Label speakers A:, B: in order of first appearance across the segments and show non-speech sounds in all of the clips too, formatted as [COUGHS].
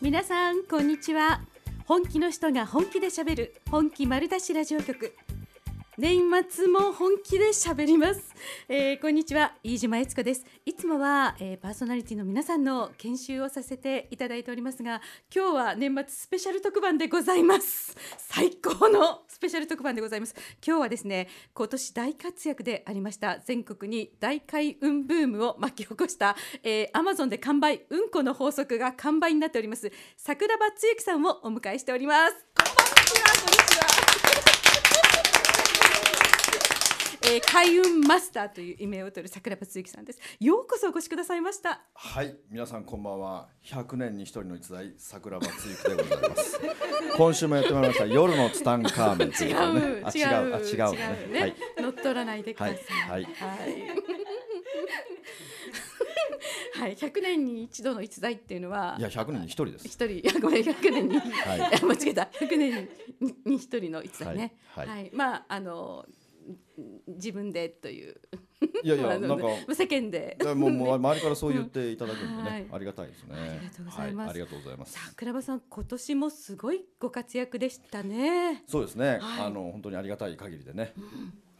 A: 皆さんこんにちは本気の人が本気で喋る本気丸出しラジオ局年末も本気で喋ります、えーこんにちは飯島悦子ですいつもは、えーパーソナリティの皆さんの研修をさせていただいておりますが今日は年末スペシャル特番でございます最高のスペシャル特番でございます今日はですね今年大活躍でありました全国に大開運ブームを巻き起こした、えー、Amazon で完売うんこの法則が完売になっております桜庭つゆきさんをお迎えしておりますえー、開運マスターという異名を取る桜庭つゆきさんですようこそお越しくださいました
B: はい、皆さんこんばんは。100年に一人の逸材、桜庭つゆきでございます。 [LAUGHS] 今週もやってまいりました。夜のツタンカーメンと
A: 違
B: いうこと
A: 違
B: でね。
A: う
B: あ、違う、あ、違うね。
A: 違うね、乗っ取らないでくだ
B: は
A: さ
B: い
A: い、
B: はい、はい。
A: はい。はい、100年に一度の逸材っていうのはい
B: や、100年に一人で
A: 一 [LAUGHS]
B: す。
A: 人いやごめん100年に、
B: はい
A: [LAUGHS] いや間違えた100年にに一人の逸材ね
B: はいはい
A: まああのん自分でという
B: いやいや、
A: あ
B: なん
A: の
B: か、
A: 世間で
B: でもう、もう周りからそう言っていただくんで
A: は
B: ね
A: い、
B: ありがたいですね。
A: ありがとうございます
B: はありがとうございます。
A: 桜庭さん今年もすごいご活躍でしたね
B: そうです
A: は
B: ね。
A: い
B: あの、本当にありがたい限りでね。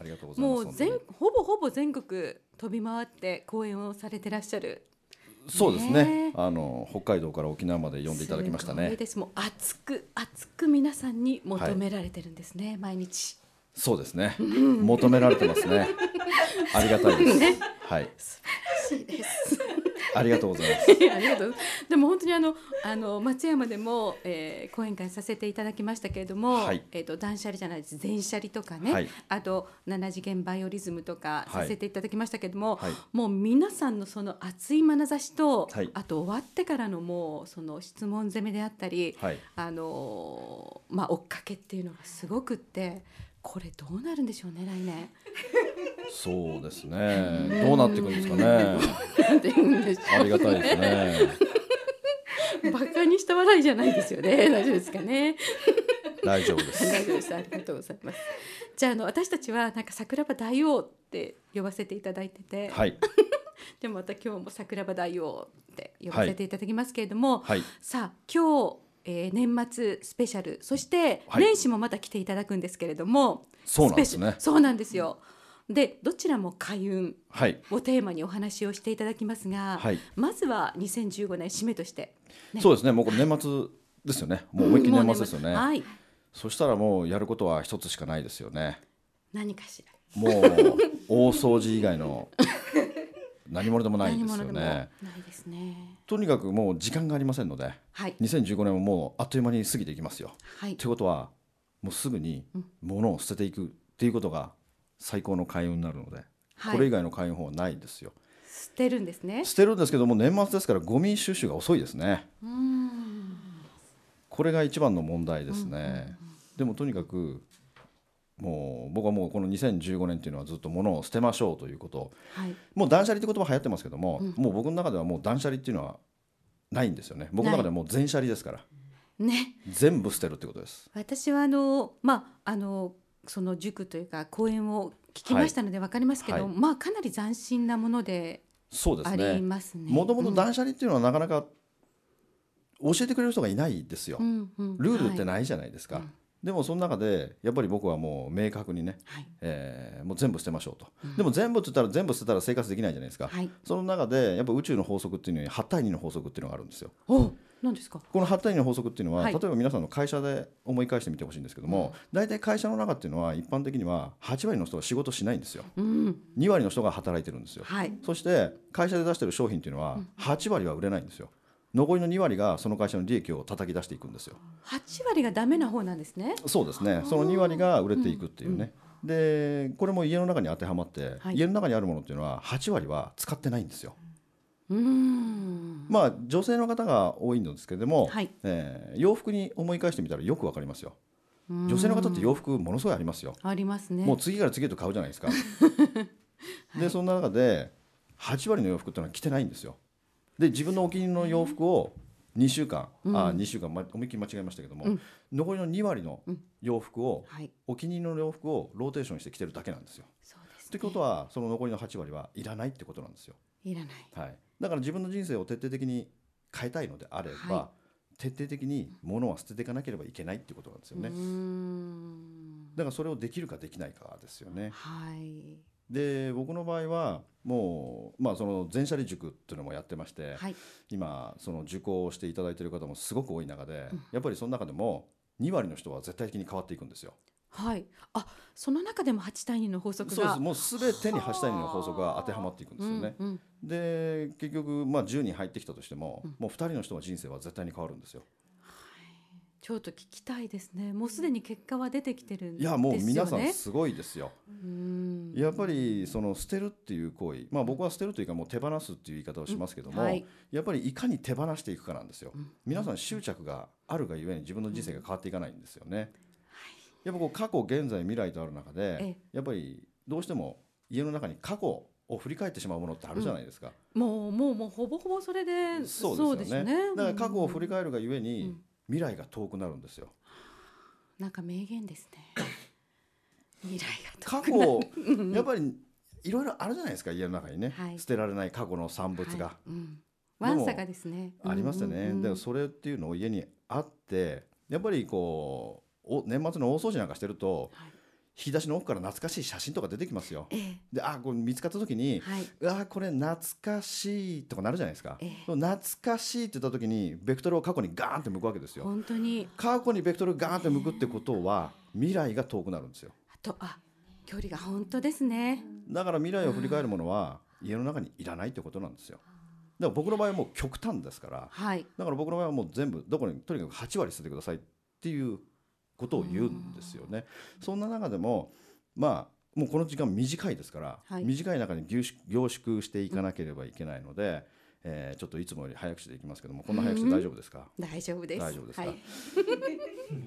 B: ありがとうございま
A: も
B: す。
A: う
B: 本当に
A: 全ほぼほぼ全国飛び回って講演をされてらっしゃる
B: そうです
A: ね
B: ね。あの、北海道から沖縄まで呼んでいただきました
A: すごい
B: ね。
A: ですもう熱く熱く皆さんに求められてるんですね、毎日
B: そうですね。求められてますね。
A: [LAUGHS]
B: ありがたいです。はい。ありがとうございます。
A: い [LAUGHS] やありがとうでも本当にあのあの松山でも、えー講演会させていただきましたけれども、
B: はい
A: えっ、と断捨離じゃないです全捨離とかね、
B: はい
A: あと七次元バイオリズムとか
B: はい
A: させていただきましたけれども、
B: はい
A: もう皆さんのその熱い眼差しと、
B: はい
A: あと終わってからのもうその質問攻めであったり、
B: はい
A: あのーまあ追っかけっていうのがすごくってこれどうなるんでしょうね来年。
B: そうですね。どうなっていくんですかね。
A: なんて言
B: [LAUGHS]
A: うんでしょう
B: ありがたいですね。
A: バカにした笑いじゃないですよね。 [LAUGHS] 大丈夫ですかね。
B: 大丈夫です。
A: 大丈夫です。ありがとうございます。じゃあ、あの、私たちは、なんか桜庭大王って呼ばせていただいてて。
B: はい
A: でも、また今日も桜庭大王って呼ばせていただきますけれども。
B: はい
A: さあ、今日、えー年末スペシャル、そして、
B: はい
A: 年始もまた来ていただくんですけれども。
B: そうなんです
A: スペシ
B: ね
A: ャルそうなんですよ。で、どちらも開運
B: はい
A: をテーマにお話をしていただきますが。
B: はい
A: まずは、2015年締めとして。ね
B: そうですね。もうこれ年末ですよね。もう思いっきり年末ですよ
A: もう年末
B: ね。
A: はい。
B: そしたらもうやることは一つしかないですよね。
A: 何かしら。
B: もう大掃除以外の何者でもないですよ
A: 何者でもな
B: ね。
A: いですね。
B: とにかくもう時間がありませんので、
A: はい。
B: 2015年ももうあっという間に過ぎていきますよ。
A: はい
B: と。いうことはもうすぐに物を捨てていくっていうことが最高の開運になるので、
A: はい
B: これ以外の開運法はないんですよ
A: 捨てるんですね。
B: 捨てるんですけども年末ですからゴミ収集が遅いですねこれが一番の問題ですね、でもとにかくもう僕はもうこの2015年っていうのはずっと物を捨てましょうということ
A: はい。
B: もう断捨離って言葉流行ってますけども、もう僕の中ではもう断捨離っていうのはないんですよね僕の中ではもう全捨離ですから
A: ね。
B: 全部捨てるってことです
A: 私はあのまああのその塾というか講演を聞きましたのでわかりますけど、
B: は
A: まあかなり斬新なもので
B: そうです
A: あ
B: ね
A: りますね。
B: もともと断捨離っていうのはなかなか教えてくれる人がいないですよ、
A: うんうん
B: ルールって
A: はい。
B: ないじゃないですか、でもその中でやっぱり僕はもう明確にね、
A: はい。
B: えーもう全部捨てましょうと、でも全部って言ったら全部捨てたら生活できないじゃないですか、
A: はい
B: その中でやっぱ宇宙の法則っていうのに8対2の法則っていうのがあるんですよ
A: お、なんですか。
B: この8対2の法則っていうのは、
A: はい
B: 例えば皆さんの会社で思い返してみてほしいんですけども、大体会社の中っていうのは一般的には8割の人は仕事しないんですよ
A: うん。
B: 2割の人が働いてるんですよ
A: はい。
B: そして会社で出してる商品っていうのは8割は売れないんですよ残りの2割がその会社の利益を叩き出していくんですよ
A: 八割がダメな方なんですね。
B: そうですねその2割が売れていくっていうね、でこれも家の中に当てはまって、
A: はい
B: 家の中にあるものっていうのは8割は使ってないんですよ
A: うーん。
B: まあ女性の方が多いんですけれども、
A: はい
B: えー洋服に思い返してみたらよくわかりますよ女性の方って洋服ものすごいありますよ
A: ありますね。
B: もう次から次へと買うじゃない [LAUGHS] ですか。でそんな中で8割の洋服っていうのは着てないんですよ。で自分のお気に入りの洋服を2週間、あ2週間、ま、思いっきり間違えましたけども、残りの2割の洋服を、
A: はい。
B: お気に入りの洋服をローテーションして着てるだけなんですよ。
A: そうで
B: っ
A: す、
B: て
A: ね。
B: ことはその残りの8割はいらないってことなんですよ。
A: いらない。
B: はい、だから自分の人生を徹底的に変えたいのであれば、
A: は
B: 徹底的に物は捨てていかなければいけないっていうことなんですよね
A: うーん
B: だからそれをできるかできないかですよね
A: はい
B: で僕の場合はもうまあその全社理塾っていうのもやってまして、
A: はい
B: 今その受講をしていただいている方もすごく多い中で、やっぱりその中でも2割の人は絶対的に変わっていくんですよ。
A: はいあその中でも8対2の法則が
B: そうですもう全てに8対2の法則が当てはまっていくんですよね。
A: うんうん
B: で結局、まあ、10人入ってきたとしても、もう2人の人の人生は絶対に変わるんですよ。
A: ちょっと聞きたいですねもうすでに結果は出てきてるん
B: い
A: ですよ
B: や
A: ね
B: もう皆さんすごいですよ。
A: うん
B: やっぱりその捨てるっていう行為、まあ、僕は捨てるというかもう手放すっていう言い方をしますけども、
A: うんはい
B: やっぱりいかに手放していくかなんですよ、皆さん執着があるがゆえに自分の人生が変わっていかないんですよね、やっぱこう過去現在未来とある中で
A: え
B: やっぱりどうしても家の中に過去を振り返ってしまうものってあるじゃないですか、
A: もうもうもうほぼほぼそれで
B: そうですよね
A: そう
B: だから過去を
A: うん
B: 振り返るがゆえに、未来が遠くなるんですよ
A: なんか名言ですね
B: [COUGHS]
A: 未来が遠
B: 過去
A: くな
B: をやっぱりいろいろあるじゃないですか家の中にね、
A: はい
B: 捨てられない過去の産物が、
A: はいうん、
B: も
A: わんさかですね
B: ありましたね、
A: うんうんうん
B: だからそれっていうのを家にあってやっぱりこうお年末の大掃除なんかしてると、
A: はい
B: 引き出しの奥から懐かしい写真とか出てきますよ。
A: ええ
B: であこれ見つかった時に、
A: はいう
B: わこれ懐かしいとかなるじゃないですか、
A: ええ
B: その懐かしいって言った時にベクトルを過去にガーンって向くわけですよ
A: 本当に
B: 過去にベクトルガーンって向くってことは未来が遠くなるんですよ
A: あとあ距離が本当ですね
B: だから未来を振り返るものは家の中にいらないってことなんですよだから僕の場合はもう極端ですから、
A: はい
B: だから僕の場合はもう全部どこにとにかく8割捨ててくださいっていうことを言うんですよね。そんな中でもまあもうこの時間短いですから、
A: はい
B: 短い中に凝縮凝縮していかなければいけないので、えーちょっといつもより早口でいきますけどもこんな早口で大丈夫ですか、
A: 大丈夫です
B: 大丈夫ですか
A: はい、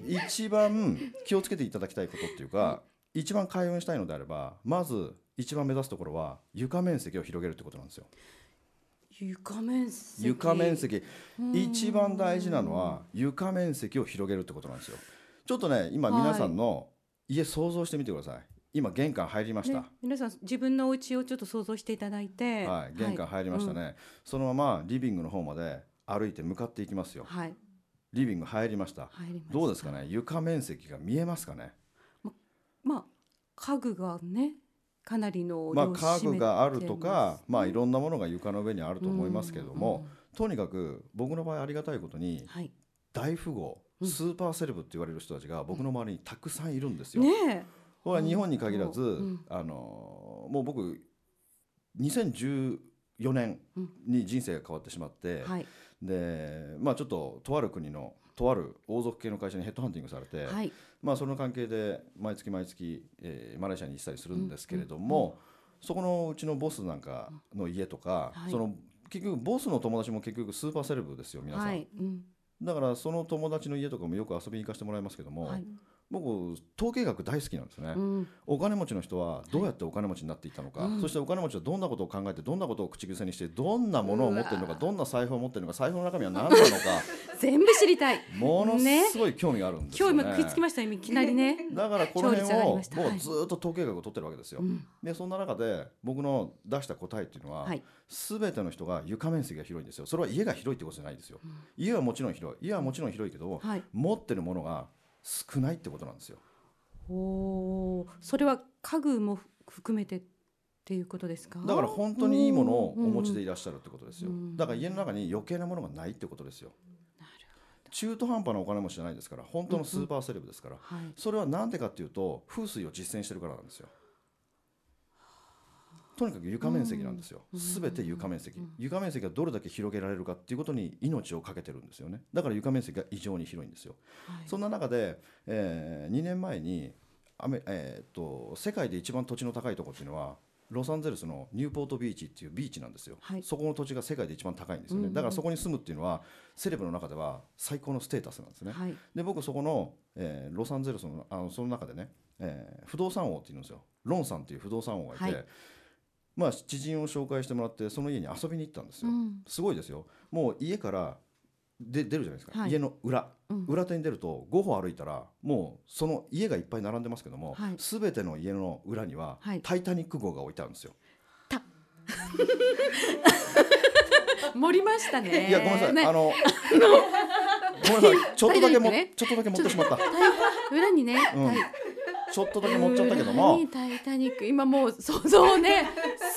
B: 一番気をつけていただきたいことっていうか一番開運したいのであればまず一番目指すところは床面積を広げるってことなんですよ。
A: 床面積
B: 床面積一番大事なのは床面積を広げるってことなんですよちょっとね今
A: はい
B: 皆さんの家想像してみてください今玄関入りました、
A: ね、皆さん自分のお家をちょっと想像していただいて
B: はい、玄関入りましたね、そのままリビングの方まで歩いて向かっていきますよ
A: はい、うん
B: リビング入りました
A: はい、入りました
B: どうですかね床面積が見えますかね
A: まあ家具がねかなりの量
B: まあ
A: を
B: 家具がある
A: 占め
B: とか
A: てます
B: まあいろんなものが床の上にあると思いますけれどもとにかく僕の場合ありがたいことに
A: はい
B: 大富豪スーパーセレブって言われる人たちが僕の周りにたくさんいるんですよ。
A: ね
B: これは日本に限らず、
A: うん
B: あのもう僕2014年に人生が変わってしまって、
A: えはい
B: でまあちょっととある国のとある王族系の会社にヘッドハンティングされて、
A: はい
B: まあその関係で毎月毎月、えーマレーシアに行ったりするんですけれども、そこのうちのボスなんかの家とか、
A: はい
B: その結局ボスの友達も結局スーパーセレブですよ皆さん、
A: はいうん
B: だからその友達の家とかもよく遊びに行かせてもらいますけども、
A: はい
B: 僕統計学大好きなんですね。
A: うん
B: お金持ちの人はどうやってお金持ちになっていったのか、そしてお金持ちはどんなことを考えてどんなことを口癖にしてどんなものを持っているのかどんな財布を持っているのか財布の中身は何なのか
A: [LAUGHS] 全部知りたい
B: もの
A: ね
B: すごい興味があるんです
A: 今
B: よ、
A: 日
B: ね
A: 今食いつきましたよいきなりね
B: [LAUGHS] だからこの辺
A: 調理下がり
B: をもう
A: ましたはい
B: ずーっと統計学を取ってるわけですよ、でそんな中で僕の出した答えっていうのは、
A: はい
B: すべての人が床面積が広いんですよそれは家が広いってことじゃないですよ、家はもちろん広い家はもちろん広いけど、
A: はい
B: 持ってるものが少ないってことなんですよ
A: おーそれは家具も含めてっていうことですか
B: だから本当にいいものをお
A: うん
B: 持ちでいらっしゃるってことですよだから家の中に余計なものがないってことですよ中途半端なお金持ちじゃないですから本当のスーパーセレブですから
A: はい
B: それは何でかっていうと風水を実践してるからなんですよとにかく床面積なんですよ全て床面積床面積がどれだけ広げられるかっていうことに命を懸けてるんですよねだから床面積が異常に広いんですよ
A: はい
B: そんな中で、え2年前にアメ、えーっと世界で一番土地の高いところっていうのはロサンゼルスのニューポートビーチっていうビーチなんですよ、
A: はい
B: そこの土地が世界で一番高いんですよね、だからそこに住むっていうのはセレブの中では最高のステータスなんですね、
A: はい
B: で僕そこの、えーロサンゼルスのあのその中でね、えー不動産王っていうんですよロンさんっていう不動産王がいて、
A: はい
B: まあ、知人を紹介してもらってその家に遊びに行ったんですよ、
A: うん
B: すごいですよもう家からで出るじゃないですか、
A: はい
B: 家の裏、
A: うん
B: 裏手に出ると5歩歩いたらもうその家がいっぱい並んでますけども、
A: はい
B: すべての家の裏には
A: はい
B: 「タイタニック号」が置いてあるんですよ。
A: た盛りましたね
B: いやごめんなさい、
A: ね
B: あのごめんなさい、ちょっとだけ
A: 体力
B: も、
A: ね
B: ちょっとだけ持ってしまった。
A: 裏にね、
B: うん
A: タイ
B: ちょっとだけ持っちゃったけども
A: 裏に、タイタニック今もう想像をね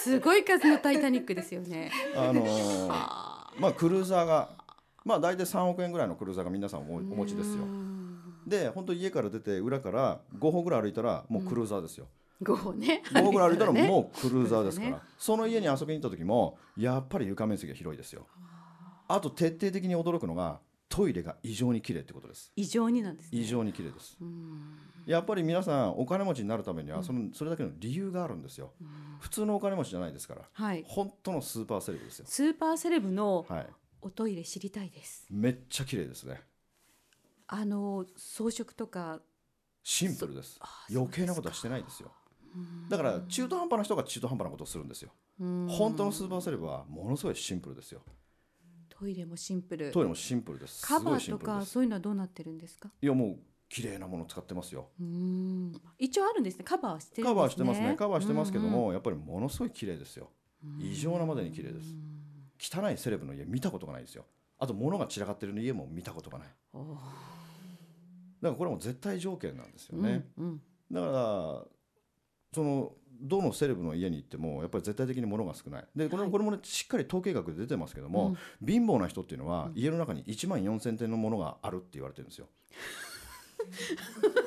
A: すごい数のタイタニックですよね
B: あのー
A: あ
B: まあクルーザーが、まあ大体3億円ぐらいのクルーザーが皆さんおお
A: ー
B: 持ちですよ
A: う。ん
B: で、本当家から出て裏から5歩ぐらい歩いたらもうクルーザーですよ。
A: 五歩ね
B: 5歩ぐらい歩いたら
A: ね
B: もうクルーザーですか
A: そう
B: ら。その家に遊びに行った時もやっぱり床面積が広いですよ。あと徹底的に驚くのがトイレが異常に綺麗ってことです。
A: [LAUGHS] 異常になんですね
B: 異常に綺麗です。
A: うん
B: やっぱり皆さんお金持ちになるためにはそのそれだけの理由があるんですよ、普通のお金持ちじゃないですから
A: はい
B: 本当のスーパーセレブですよ
A: スーパーセレブの
B: はい
A: おトイレ知りたいです
B: めっちゃ綺麗ですね
A: あの装飾とか
B: シンプルです
A: そう
B: 余計なことはしてないですよだから中途半端な人が中途半端なことをするんですよ
A: うん
B: 本当のスーパーセレブはものすごいシンプルですよ
A: トイレもシンプル
B: トイレもシンプルです
A: カ
B: すご
A: バー
B: いシ
A: と
B: ンプル
A: か
B: です
A: そういうのはどうなってるんですか
B: いやもう綺麗なものを使ってますよ
A: うん一応あるんですねカバーはしてるんですね
B: カバーしてますねカバーしてますけど
A: うんうん
B: もやっぱりものすごい綺麗ですよ異常なまでに綺麗です汚いセレブの家見たことがないですよあと物が散らかってる家も見たことがない
A: おー
B: だからこれも絶対条件なんですよね、
A: うん
B: だからそのどのセレブの家に行ってもやっぱり絶対的に物が少ないでこれ,、
A: はい
B: これも、ね、しっかり統計学で出てますけども、貧乏な人っていうのは家の中に1万4,000点のものがあるって言われてるんで
A: [LAUGHS]
B: すよ。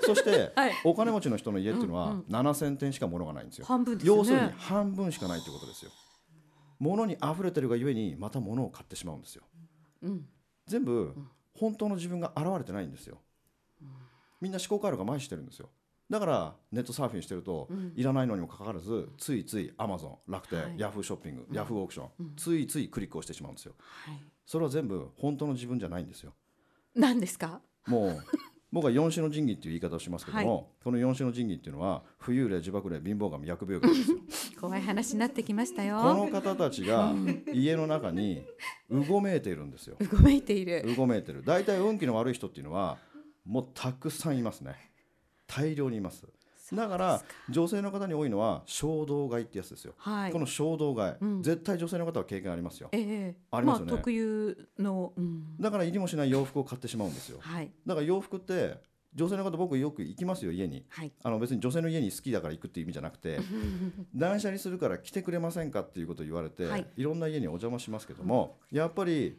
B: そして、
A: はい
B: お金持ちの人の家っていうの
A: う
B: は
A: ん
B: 7,000点しか物がないんですよ。
A: 半分ですね
B: 要するに半分しかないということですよ。物に溢れてるがゆえにまた物を買ってしまうんですよ。
A: うんうん
B: 全部本当の自分が現れてないんですよみんな思考回路が麻痺してるんですよだからネットサーフィンしてると、いらないのにもかかわらずついついアマゾン楽天、
A: はい
B: ヤフーショッピング、ヤフーオークション、ついついクリックをしてしまうんですよ
A: はい
B: それは全部本当の自分じゃないんですよ
A: 何ですか
B: も
A: [LAUGHS]
B: う僕は四種の神器っていう言い方をしますけども、
A: は
B: この四種の神器っていうのは浮遊霊自爆霊貧乏神薬病神ですよ
A: 怖い話になってきました
B: こ
A: よ
B: の方た
A: [LAUGHS]
B: ちが家の中にうごめいているんですよ
A: うごめいている
B: うごめいてる大体運気の悪い人っていうのはもうたくさんいますね大量にいますだから女性の方に多いのは衝動買いってやつですよ、
A: はい
B: この衝動買い、
A: うん
B: 絶対女性の方は経験ありますよ
A: ええ
B: ありますよね
A: あ特有のうん
B: だから入りもしない洋服を買ってしまうんですよ
A: はい
B: だから洋服って女性の方僕よく行きますよ家に
A: はい
B: あの別に女性の家に好きだから行くっていう意味じゃな
A: [LAUGHS]
B: くて断捨離するから来てくれませんかっていうことを言われて、
A: はい
B: い、ろんな家にお邪魔しますけども、やっぱり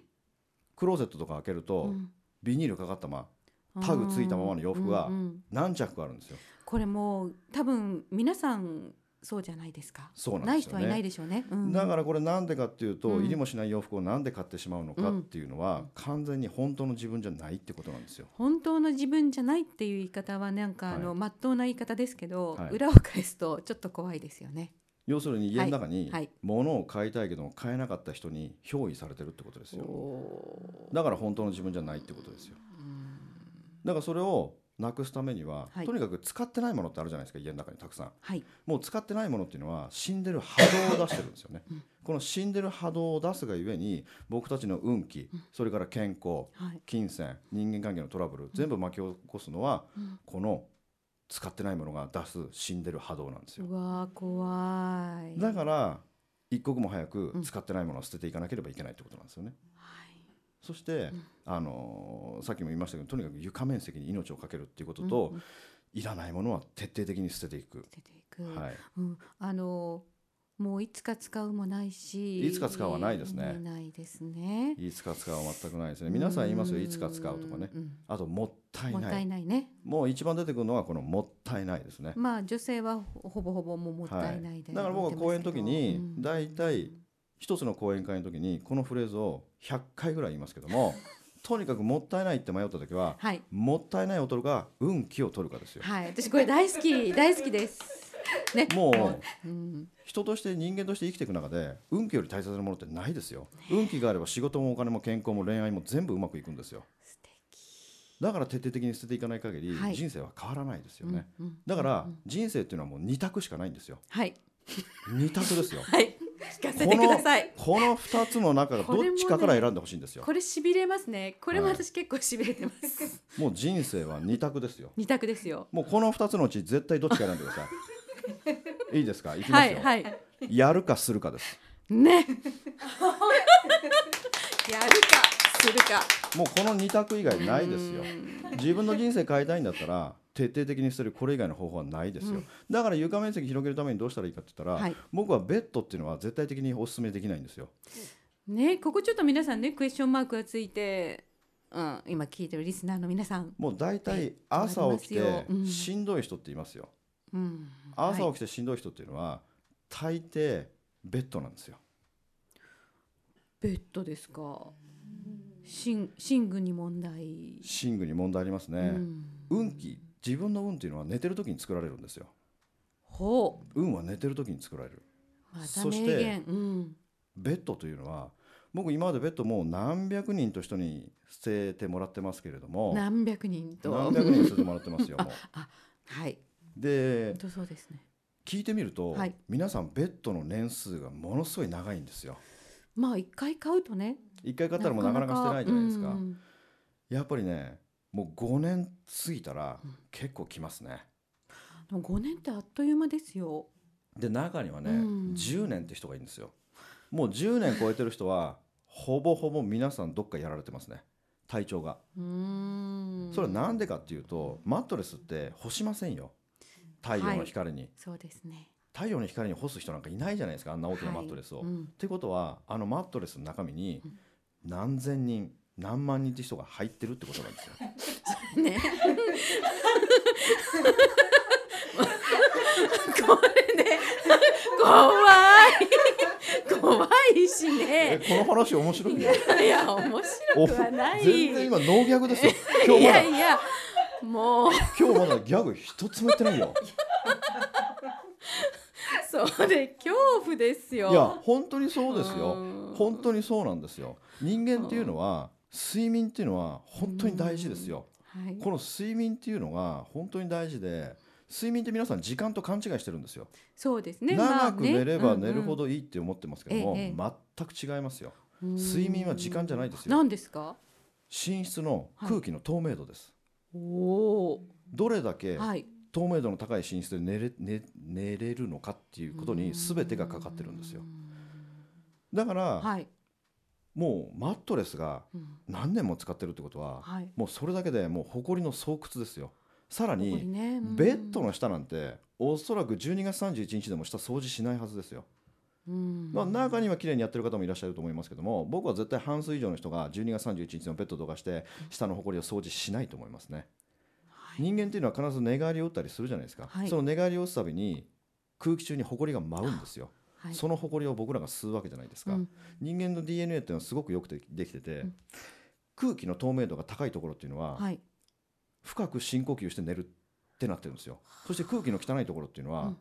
B: クローゼットとか開けると、
A: うん
B: ビニールかかったままタグついたままの洋服が
A: うんうん
B: 何着かあるんですよ。
A: これもう多分皆さんそうじゃないですか
B: そうなん
A: な
B: で
A: い
B: す
A: 人
B: よ
A: はいない
B: ね。
A: でしょうね、うん
B: だからこれなんでかっていうと、
A: うん
B: 入りもしない洋服をなんで買ってしまうのかっていうのは、完全に本当の自分じゃないってことなんですよ。
A: 本当の自分じゃないっていう言い方はなんか
B: はい
A: あの、真っ当な言い方ですけど、
B: はい
A: 裏を返すとちょっと怖いですよね。
B: 要するに家の中に
A: はいはい
B: 物を買いたいけども買えなかった人に憑依されてるってことですよ。だから本当の自分じゃないってことですよ。だからそれをなくすためには、
A: はい
B: とにかく使ってないものってあるじゃないですか家の中にたくさん。
A: はい、
B: もう使ってないものっていうのは死んでる波動を出してるんですよね。この死んでる波動を出すがゆえに僕たちの運気それから健康
A: はい、
B: 金銭人間関係のトラブル全部巻き起こすのはこの使ってないものが出す死んでる波動なんですよ。
A: うわー怖い。
B: だから一刻も早く使ってないものを捨てていかなければいけないってことなんですよね。そして、あのーさっきも言いましたけどとにかく床面積に命をかけるっていうことと、いらないものは徹底的に捨てていく。
A: 出ていく、
B: はい
A: うん、あのもういつか使うもないし、
B: いつか使うはないですね
A: ないですね。
B: いつか使うは全くないですね。皆さん言いますよ、いつか使うとかね。
A: うん
B: あと、もったい
A: もっ
B: な
A: たい
B: い。
A: ないね。
B: もう一番出てくるのが、このもったいないですね。
A: まあ女性はほほぼほぼもうもったいないで、
B: はだから僕は講演の時に、
A: うん
B: 大体一つの講演会の時に、このフレーズを100回ぐらい言いますけど
A: [LAUGHS]
B: も、とにかくもったいないって迷った時は、
A: はい
B: もったいないを取るか、運気を取るかですよ。
A: はい私これ大好き大好きです。ね
B: も
A: も
B: う
A: う、うん、
B: 人として人間として生きていく中で運気より大切なものってないですよ運気があれば仕事もお金も健康も恋愛も全部うまくいくんですよ
A: 素敵。
B: だから徹底的に捨てていかない限り、
A: はい
B: 人生は変わらないですよね、
A: うんうん
B: だから人生っていうのはもう2択しかないんですよ
A: はい
B: 2択ですよ
A: はい聞かせ
B: こ
A: て
B: の
A: ください。
B: この2つの中がどっちかから選んでほしいんですよ
A: これしびれますね。これも
B: はい
A: 私結構しびれてます。
B: もう人生は2択ですよ
A: 二択ですよ。
B: もうこの2つのうち絶対どっちか選んでくださ
A: [LAUGHS]
B: いいいですかいきま
A: は
B: すよ、
A: いはい。
B: やるかする [LAUGHS] かです
A: ね。やるかするか。
B: もうこの2択以外ないですよ自分の人生変えたいんだったら徹底的に捨てるこれ以外の方法はないですよ、だから床面積広げるためにどうしたらいいかって言ったら、
A: はい
B: 僕はベッドっていうのは絶対的にお勧めできないんですよ
A: ねここちょっと皆さんねクエスチョンマークがついて、うん、今聞いてるリスナーの皆さん、
B: もう大体
A: はい
B: 朝起き
A: わかりま
B: て
A: すようん
B: しんどい人っていますよ、
A: うん、
B: 朝
A: はい
B: 起きてしんどい人っていうのは大抵ベッドなんですよ
A: ベッドですか寝寝具に問題、
B: 寝具に問題あります
A: う
B: ね、
A: ん、
B: 運気自分の運っていうのは寝てる時に作られるんですよ
A: ほ
B: 運は寝てる時に作られる
A: うまた
B: そ
A: 名
B: して
A: 言うん
B: ベッドというのは僕今までベッドもう何百人と人に捨ててもらってますけれども
A: 何百人と
B: 何百人捨ててもらって
A: [LAUGHS]
B: ますよもう
A: はい
B: で
A: 本当そうですね
B: 聞いてみると、
A: はい
B: 皆さんベッドの年数がものすごい長いんですよ
A: まあ一回買うとね
B: 一回買ったらもうなかなか捨てないじゃないですか
A: うん
B: やっぱりねもう5年過ぎたら結構きますね、
A: でも5年ってあっという間ですよ
B: で中にはね、
A: うん
B: 10年って人がいるんですよもう10年超えてる人はほぼほぼ皆さんどっかやられてますね体調が
A: うーん
B: それはなんでかっていうとマットレスって干しませんよ太陽の光に、
A: そうですね
B: 太陽の光に干す人なんかいないじゃないですかあんな大きなマットレスを、
A: はいうん
B: ってことはあのマットレスの中身に何千人何万人って人が入ってるってことなんです
A: [LAUGHS]
B: よ。 [LAUGHS]
A: ね。これね、怖い。怖いし
B: え
A: ね。
B: この話面白いよ。
A: いや、面白くはない。
B: お全然今ノーギャグですよ。今
A: い
B: 日ま
A: や
B: だ
A: いや、もう、
B: 今日まだギャグ一つもやってないよ。
A: それ恐怖ですよ。
B: いや本当にそうですよ
A: うん。
B: 本当にそうなんですよ。人間っていうのは睡眠っていうのは本当に大事ですよ。
A: はい。
B: この睡眠っていうのが本当に大事で睡眠って皆さん時間と勘違いしてるんですよ、
A: そうですね。まあ
B: 長く
A: ね
B: 寝れば寝るほ
A: ど。
B: どいいって思ってますけども、
A: ええ
B: 全く違いますよ
A: うん
B: 睡眠は時間じゃないですよ
A: 何ですか。
B: 寝室の空気の透明度です、
A: おお
B: どれだ
A: ー。
B: け
A: はい。
B: 透明度の高い寝室で寝れ寝寝れるのかっていうことに全てがかかってるんですよだから、
A: はい。
B: もうマットレスが
A: うん
B: 何年も使ってるってことは、
A: はい。
B: もうそれだけでもう埃の巣窟ですよさら
A: ここ
B: に
A: にねうん
B: ベッドの下なんておそらく12月31日でも下掃除しないはずですよ、
A: うん
B: まあ、中には綺麗にやってる方もいらっしゃると思いますけども僕は絶対半数以上の人が12月31日のベッドとかして下の埃を掃除しないと思いますね
A: はい
B: 人間っていうのは必ず寝返りを打ったりするじゃないですか、
A: はい
B: その寝返りを打つたびに空気中に埃が舞うんですよ、
A: はい
B: その埃を僕らが吸うわけじゃないですか、
A: うん
B: 人間の DNA っていうのはすごくよくでできてて、
A: うん
B: 空気の透明度が高いところっていうのは、
A: はい。
B: 深く深呼吸して寝るってなってるんですよそして空気の汚いところっていうのは、
A: うん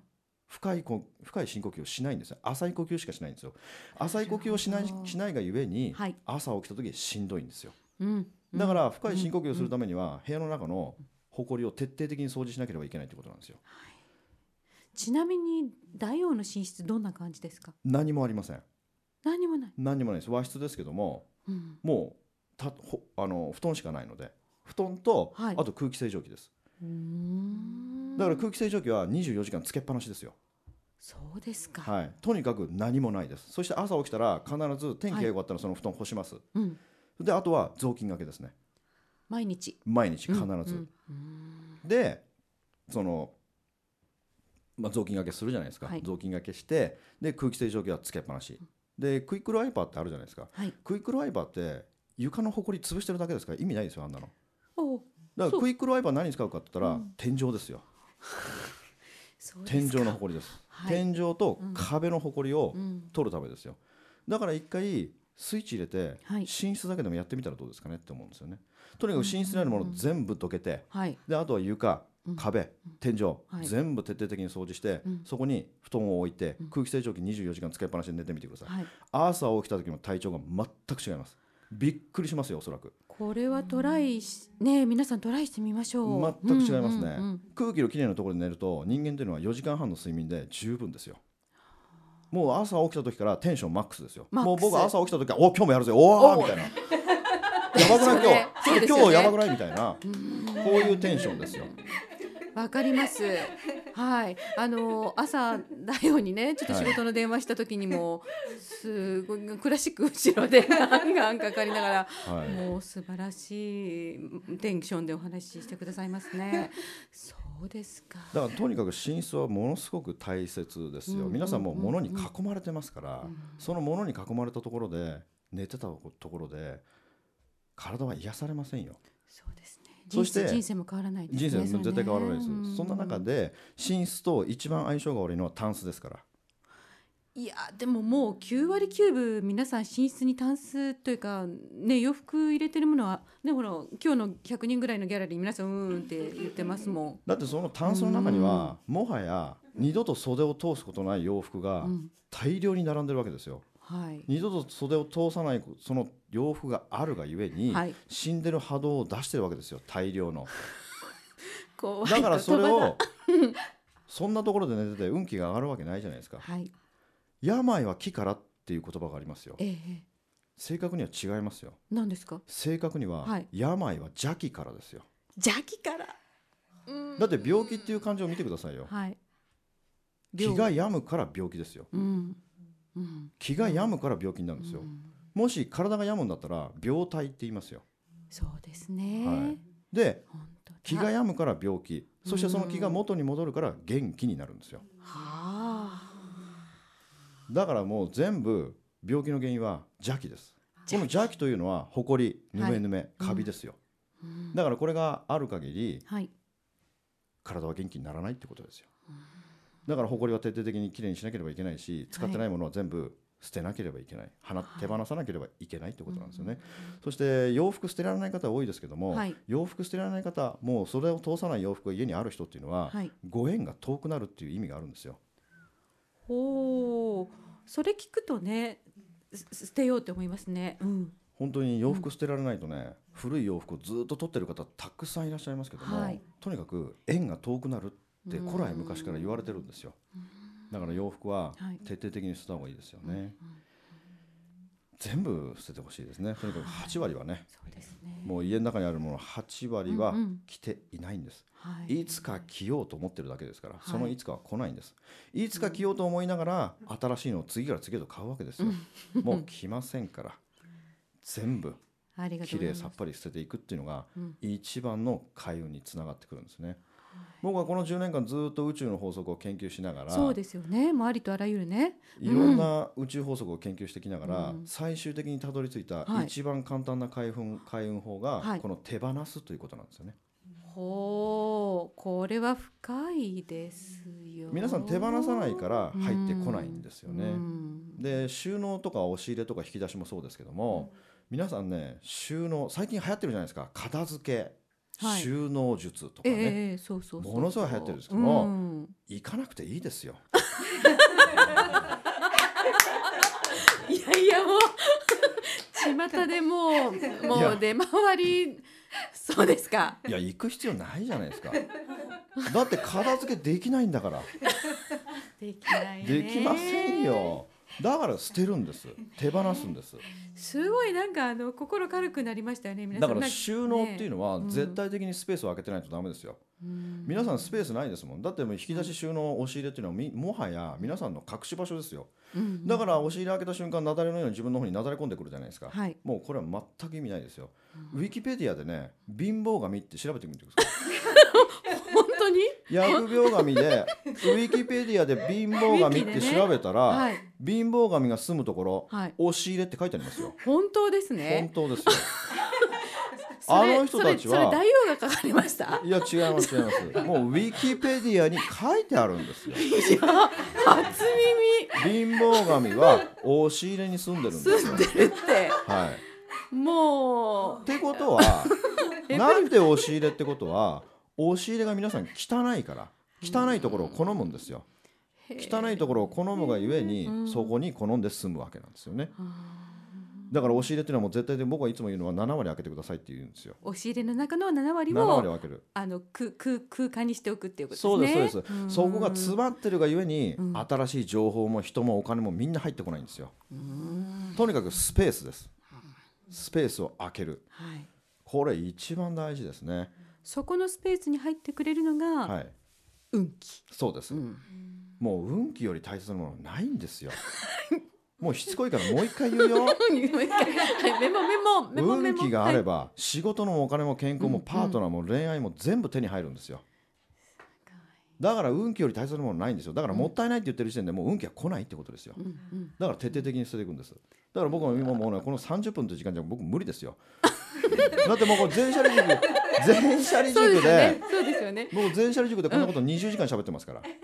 B: 深いこ深い深呼吸をしないんですよ浅い呼吸しかしないんですよ浅い呼吸をしな
A: ないるほど
B: しないがゆえに、
A: はい
B: 朝起きた時しんどいんですよ
A: うん。
B: だから深い深呼吸をするためには、部屋の中の埃を徹底的に掃除しなければいけないってことなんですよ
A: ちなみに大王の寝室どんな感じですか
B: 何もありません
A: 何もない、
B: 何にもないです和室ですけども
A: うん、
B: もうたほあの布団しかないので布団と、
A: はい
B: あと空気清浄機です
A: うーん
B: だから空気清浄機は24時間つけっぱなしですよ
A: そうですか、
B: はい、とにかく何もないですそして朝起きたら必ず天気が良かったらその布団干します、
A: うん、
B: であとは雑巾がけですね
A: 毎日
B: 毎日必ず、
A: うん
B: でその、まあ、雑巾がけするじゃないですか、
A: はい
B: 雑巾がけしてで空気清浄機はつけっぱなしでクイックルワイパーってあるじゃないですか
A: はい
B: クイックルワイパーって床のほこり潰してるだけですから意味ないですよあんなの
A: おう
B: だか
A: そ
B: ら
A: う
B: クイックルワイパー何に使うかって言ったら、
A: うん
B: 天井ですよ
A: そうです
B: 天
A: か
B: 井のほこりです、
A: はい
B: 天井と壁のほこりを、
A: うん
B: 取るためですよだから一回スイッチ入れて
A: はい
B: 寝室だけでもやってみたらどうですかねって思うんですよねとにかく寝室にあるもの全部どけて
A: はい
B: であとは床壁天井
A: い
B: 全部徹底的に掃除して
A: うん
B: そこに布団を置いて空気清浄機24時間使いっぱなしで寝てみてください
A: はい
B: 朝起きた時の体調が全く違いますびっくりしますよおそらく
A: これはトライしねえ皆さんトライしてみましょう
B: 全く違います
A: うんうんう
B: ね
A: ん
B: 空気のきれいなところで寝ると人間というのは4時間半の睡眠で十分ですよもう朝起きた時からテンションマックスですよ
A: マックス
B: もう僕朝起きた時はお今日もやるぜおおみたいなやばくない
A: それ
B: 今
A: そう
B: 日
A: ですよね
B: 今日やばくないみたいなこういうテンションですよ
A: わかります。はい、あの朝だようにね、ちょっと仕事の電話した時にも。すごいクラシック後ろで、ガンガンかかりながら、
B: はい
A: もう素晴らしいテンションでお話ししてくださいますね。そうですか。
B: だからとにかく真相はものすごく大切ですよ、
A: うん
B: 皆さんもう
A: うんうん
B: 物に囲まれてますから、その物に囲まれたところで寝てたところで体は癒されませんよ
A: そうですね。
B: そして
A: 人生人生も変わらないですね。
B: 人生も絶対変わらないです
A: そ
B: よ
A: れね
B: そんな中。で寝室と一番相性が悪いのはタンスですから
A: いやでももう9割9分皆さん寝室にタンスというか、ね、洋服入れてるものは、ね、ほら今日の100人ぐらいのギャラリー皆さんうーんって言ってますもん。
B: だってそのタンスの中にはもはや二度と袖を通すことない洋服が
A: うん
B: 大量に並んでるわけですよ
A: はい、
B: 二度と袖を通さないその洋服があるがゆえに
A: はい
B: 死んでる波動を出してるわけですよ大量の
A: 怖い
B: だからそれ
A: 言葉だ
B: を [LAUGHS] そんなところで寝てて運気が上がるわけないじゃないですか
A: はい
B: 病は木からっていう言葉がありますよ
A: ええ
B: 正確には違いますよ
A: 何ですか
B: 正確には
A: はい
B: 病は邪気からですよ
A: 邪気から
B: だって病気っていう漢字を見てくださいよ
A: はい
B: 気が病むから病気ですよ
A: うんうん
B: 気が病むから病気になるんですよ、
A: うん
B: もし体が病むんだったら病態って言いますよ
A: そうですね、
B: はいで
A: 本当だ
B: 気が病むから病気そしてその気が元に戻るから元気になるんですよ
A: はあ
B: だからもう全部病気の原因は邪気ですこの邪気というのはほこりぬめぬめ、カビですよ、
A: うん
B: だからこれがある限り
A: はい
B: 体は元気にならないってことですよだからほこりは徹底的にきれいにしなければいけないし使ってないものは全部捨てなければいけない、放手放さなければいけないってことなんですよね、そして洋服捨てられない方多いですけども、
A: はい
B: 洋服捨てられない方もうそれを通さない洋服が家にある人っていうのは、
A: はい
B: ご縁が遠くなるっていう意味があるんですよ
A: おおそれ聞くとねす捨てようって思いますねうん
B: 本当に洋服捨てられないとね、古い洋服をずっと取ってる方たくさんいらっしゃいますけども、
A: はい
B: とにかく縁が遠くなるって古来昔から言われてるんですよだから洋服は
A: はい
B: 徹底的に捨てた方がいいですよね、全部捨ててほしいですねとにかく8割はね
A: そうですね
B: もう家の中にあるもの8割は
A: うんうん
B: 着ていないんです、
A: はい
B: いつか着ようと思ってるだけですから、
A: い
B: そのいつかは来ないんですいつか着ようと思いながら新しいのを次から次へと買うわけですよ、もう着ませんから全部
A: ありがと
B: き
A: うござ
B: れい
A: い
B: さ
A: ま
B: っ
A: す
B: ぱり捨てていくっていうのが
A: うん
B: 一番の開運につながってくるんですね、僕はこの10年間ずっと宇宙の法則を研究しながら
A: そうですよねもうありとあらゆるね
B: いろんな宇宙法則を研究してきながら、
A: うん
B: 最終的にたどり着いた
A: はい
B: 一番簡単な開運,、開運法が、
A: はい
B: この手放すということなんですよね
A: ほうこれは深いですよ
B: 皆さん手放さないから入ってこないんですよね、
A: うん
B: で収納とか押し入れとか引き出しもそうですけども、皆さんね収納最近流行ってるじゃないですか片付け、
A: はい
B: 収納術とか
A: ええ
B: ね、
A: ええそうそうそう
B: ものすごい流行ってるんですけど
A: うん
B: 行かなくていいですよ
A: いやいやもう巷でもう
B: い
A: も
B: や
A: う出回りそうですか
B: いや行く必要ないじゃないですかだって片付けできないんだから
A: できないね
B: できませんよだから捨てるんです手放すんです
A: すごいなんかあの心軽くなりましたよね皆さ
B: だ
A: ん
B: から収納っていうのは
A: ねうん
B: 絶対的にスペースを空けてないとダメですよ、
A: 皆
B: 皆さんスペースないですもんだってもう引き出し収納押し入れっていうのはみもはや皆さんの隠し場所ですよだから押し入れ開けた瞬間なだれのように自分の方になだれ込んでくるじゃないですか、
A: はい
B: もうこれは全く意味ないですよ、ウィキペディアでね貧乏神って調べてみてください
A: [LAUGHS] 本当に
B: 疫病神でウィキペディアで貧乏神って調べたら、
A: はい
B: 貧乏神が住むところ、
A: はい
B: 押し入れって書いてありますよ
A: 本当です
B: 本
A: ね
B: 当ですよ
A: それ
B: あの人たちは
A: それそれ大王がかかりま [LAUGHS] した
B: いや違います違いますもうウィキペディアに書いてあるんですよ
A: いや初耳
B: 貧乏神は押し入れに住んでるんです
A: 住
B: よ
A: んでるって
B: はい
A: もう
B: ってこと
A: [LAUGHS]
B: はなんで押し入れってことは押し入れが皆さん汚いから汚いところを好むんですよ汚いところを好むがゆえにそこに好んで住むわけなんですよねだから押し入れっていうのはもう絶対で僕はいつも言うのは7割開けてくださいって言うんですよ
A: 押し入れの中の7割
B: 7割
A: を
B: を開ける
A: あの空空空間にしておくっていうこと
B: そうで
A: ですす
B: そうで
A: ね。
B: す
A: ん
B: そこが詰まってるがゆえに
A: ん
B: 新しい情報も人もお金もみんな入ってこないんですよとにかくスペースですスペースを開ける
A: はい。
B: これ一番大事ですね。
A: そこのスペースに入ってくれるのが
B: はい、
A: 運気、
B: そうです、
A: うん
B: もう運気より大切なものはないんです [LAUGHS] よもうしつこいからもう一回言うよ
A: もう一回はいメモメモメモメ
B: 運
A: モ
B: 気があれ
A: ば、
B: ば仕事のお金も健
A: う
B: 康
A: んう
B: も
A: ん
B: パートナーも恋愛も全部手に入るんですよ
A: はい
B: だから運気より大切なものはないんですよだからもったいないって言ってる時点でもう運気は来ないってことですよ
A: うんうん
B: だから徹底的に捨てていくんですだから僕は今もうねこの30分という時間じゃ僕無理ですよだってもうこれ全車輪塾全車輪
A: そうで
B: 塾
A: すよ
B: で
A: ねそうですよね
B: もう全車輪塾でこんなこと20時間喋ってますから、
A: ね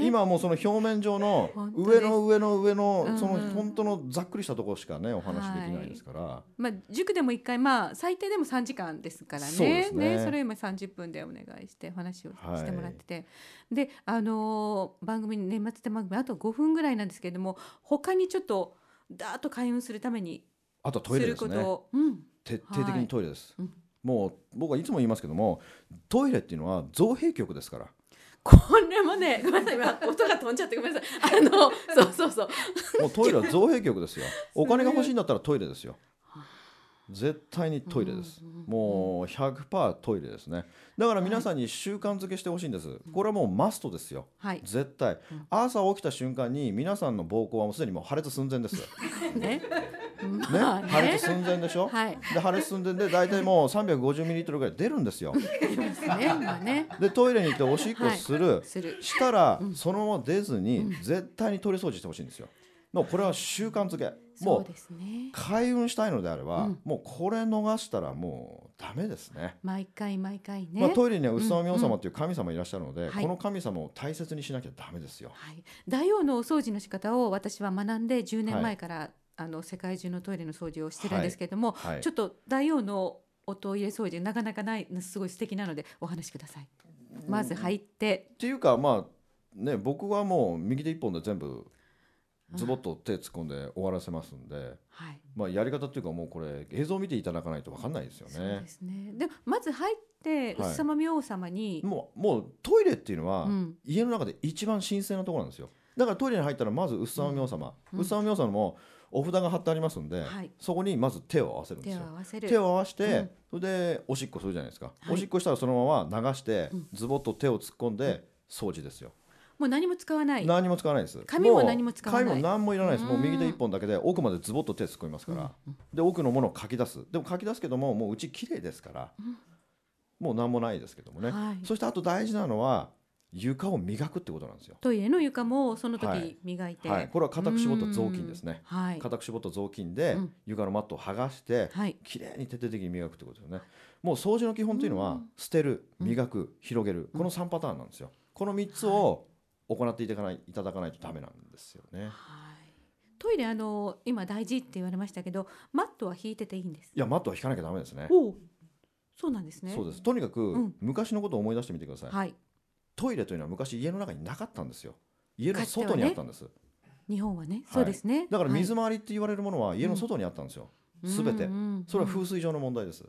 B: 今はもうその表面上の
A: 本当です
B: 上の上の上のそ
A: うんう
B: の
A: ん
B: 本当のざっくりしたところしかねお話できないですから、
A: まあ塾でも一回まあ最低でも三時間ですからね。
B: そうですね
A: それ今三十分でお願いしてお話を
B: はい
A: してもらってて、であのー番組年末で番組あと五分ぐらいなんですけれども他にちょっとだーっと開運するために
B: あとはト
A: す
B: イレ
A: る
B: で
A: こ
B: す
A: と
B: ね
A: を、うん
B: 徹底的
A: はい
B: にトイレです、
A: うん
B: もう僕はいつも言いますけどもトイレっていうのは造幣局で
A: [LAUGHS]
B: すから
A: これもねごめんなさい今音が飛んじゃってごめんなさいあのそうそうそう
B: もうトイレは造幣局ですよお金が欲しいんだったらトイレですよ絶対にトイレです、
A: うんうんうん
B: もう100%トイレですねだから皆さんに習慣づけしてほしいんですこれはもうマストですよ
A: はい
B: 絶対朝起きた瞬間に皆さんの膀胱はもうすでにもう破裂寸前ですよ、
A: ね
B: ね、
A: まあ [LAUGHS]
B: 破
A: ね
B: 裂寸前でしょ、
A: はい
B: で破裂寸前で大体もう350ミリリットルぐらい出るんですよ
A: ですねまあね
B: でトイレに行っておしっこする、
A: する
B: したら、そのまま出ずに、絶対に取り掃除してほしいんですよ。もうこれは習慣づけ、
A: そ
B: も
A: う
B: う
A: ですね
B: 開運したいのであれば、
A: うん
B: もうこれ逃したらもうダメですね。
A: 毎回毎回ね。
B: まあ、トイレには宇佐美王様という神様いらっしゃるので、
A: はい
B: この神様を大切にしなきゃダメですよ。
A: はい、大王のお掃除の仕方を私は学んで10年前から、あの世界中のトイレの掃除をしてるんですけれども、
B: はい
A: ちょっと大王のおトイレ掃除なかなかないすごい素敵なのでお話しください。まず入って、
B: っていうかまあね僕はもう右手一本で全部ズボッと手突っ込んで終わらせますんで、
A: はい、
B: まあ、やり方っていうかもうこれ映像を見ていただかないと分かんないですよ
A: そうで
B: ね。
A: すね。でまず入って
B: はい
A: 薄様明王様に、
B: もうもうトイレっていうのは、
A: うん
B: 家の中で一番神聖なところなんですよだからトイレに入ったらまずうっさまみょうさま
A: うん
B: うっさまみょうさまもお札が貼ってありますんで、
A: はい
B: そこにまず手を合わせるんで
A: 手
B: す
A: を
B: よ
A: 合わせる。
B: 手を合わせて、
A: うん
B: それでおしっこするじゃないですか、
A: はい
B: おしっこしたらそのまま流して、
A: うん
B: ズボッと手を突っ込んで掃除ですよ、
A: もう何も使わない。
B: 何にも使わないです
A: 紙も何も使わない
B: もう紙も何もいらないですもう
A: うん
B: 右手一本だけで奥までズボッと手突っ込みますから、で奥のものを書き出すでも書き出すけどももううち綺麗ですから、もう何もないですけどもね、
A: はい
B: そしてあと大事なのは床を磨くってことなんですよ
A: トイレの床もその
B: は
A: 時
B: い
A: 磨いて、
B: はい、これは固く絞った雑巾ですね。
A: うん。はい。
B: 固く絞った雑巾で
A: うん
B: 床のマットを剥がして、
A: はい。
B: きれいに徹底的に磨くということですよね。もう掃除の基本というの
A: う
B: は
A: ん
B: 捨てる、
A: うん
B: 磨く、広げる、この3パターンなんですよ。この3つを行っていただかないいただかないとダメなんですよね。
A: はい。トイレあの今大事って言われましたけど、マットは引いてていいんです。
B: いやマットは引かなきゃダメですね。
A: おお、そうなんですね。
B: そうです。とにかく、
A: うん
B: 昔のことを思い出してみてください。
A: はい。
B: トイレというのは昔家の中になかったんですよ。家の
A: 買ってはね
B: 外にあったんです。
A: 日本はね、
B: い
A: そうですね。
B: だから水
A: は
B: 回りって言われるものは家の外にあったんですよ。
A: い
B: すべて
A: うんうんうん
B: それは風水上の問題です。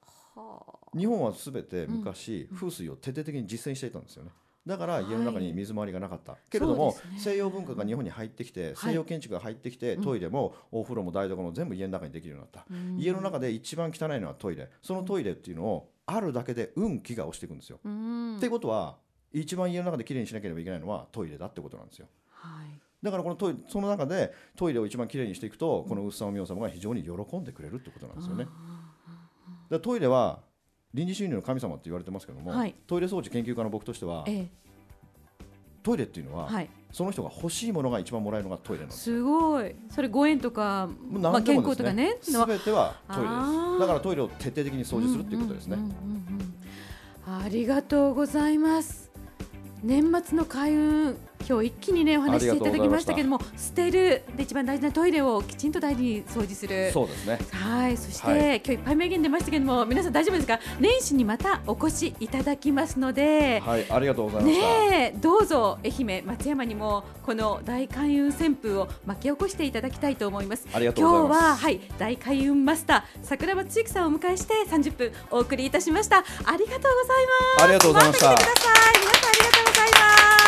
A: はあ
B: 日本はすべて昔、風水を徹底的に実践していたんですよね。だから家の中に水回りがなかった、けれども、
A: そうですね
B: 西洋文化が日本に入ってきて、西洋建築が入ってきて、トイレもお風呂も台所も全部家の中にできるようになった、
A: うん
B: 家の中で一番汚いのはトイレそのトイレっていうのをあるだけで運気が落ちていくんですよ、
A: うん。
B: ってことは一番家の中できれいにしなければいけないのはトイレだってことなんですよ
A: はい。
B: だからこのトイレその中でトイレを一番きれいにしていくとこのうっさおみお様が非常に喜んでくれるってことなんですよね。だからトイレは臨時収入の神様って言われてますけども、
A: はい
B: トイレ掃除研究家の僕としては
A: ええ、
B: トイレっていうのは、
A: はい。
B: その人が欲しいものが一番もらえるのがトイレなんです。
A: すごい。それご縁とか、
B: もう
A: まあ
B: 何で
A: 健
B: も
A: 康と
B: です
A: か
B: ね
A: ね。
B: すべてはトイレ
A: あ
B: です
A: ー
B: だからトイレを徹底的に掃除するっていうことですね、
A: うんうんうんうんうんありがとうございます。年末の開運今日一気にねお話ししていただきましたけれども捨てるで一番大事なトイレをきちんと大事に掃除する
B: そうですね
A: はい、そして、
B: はい
A: 今日いっぱい名言出ましたけども、皆さん大丈夫ですか？年始にまたお越しいただきますので、
B: はいありがとうございました、
A: ねえ、どうぞ愛媛松山にもこの大開運旋風を巻き起こしていただきたいと思います。
B: ありがとうござい
A: 今日
B: ます
A: ははい大開運マスター桜庭千幸さんをお迎えして30分お送りいたしました。ありがとうございます。
B: ありがとうございました
A: また来てください。皆さんありがとうございます。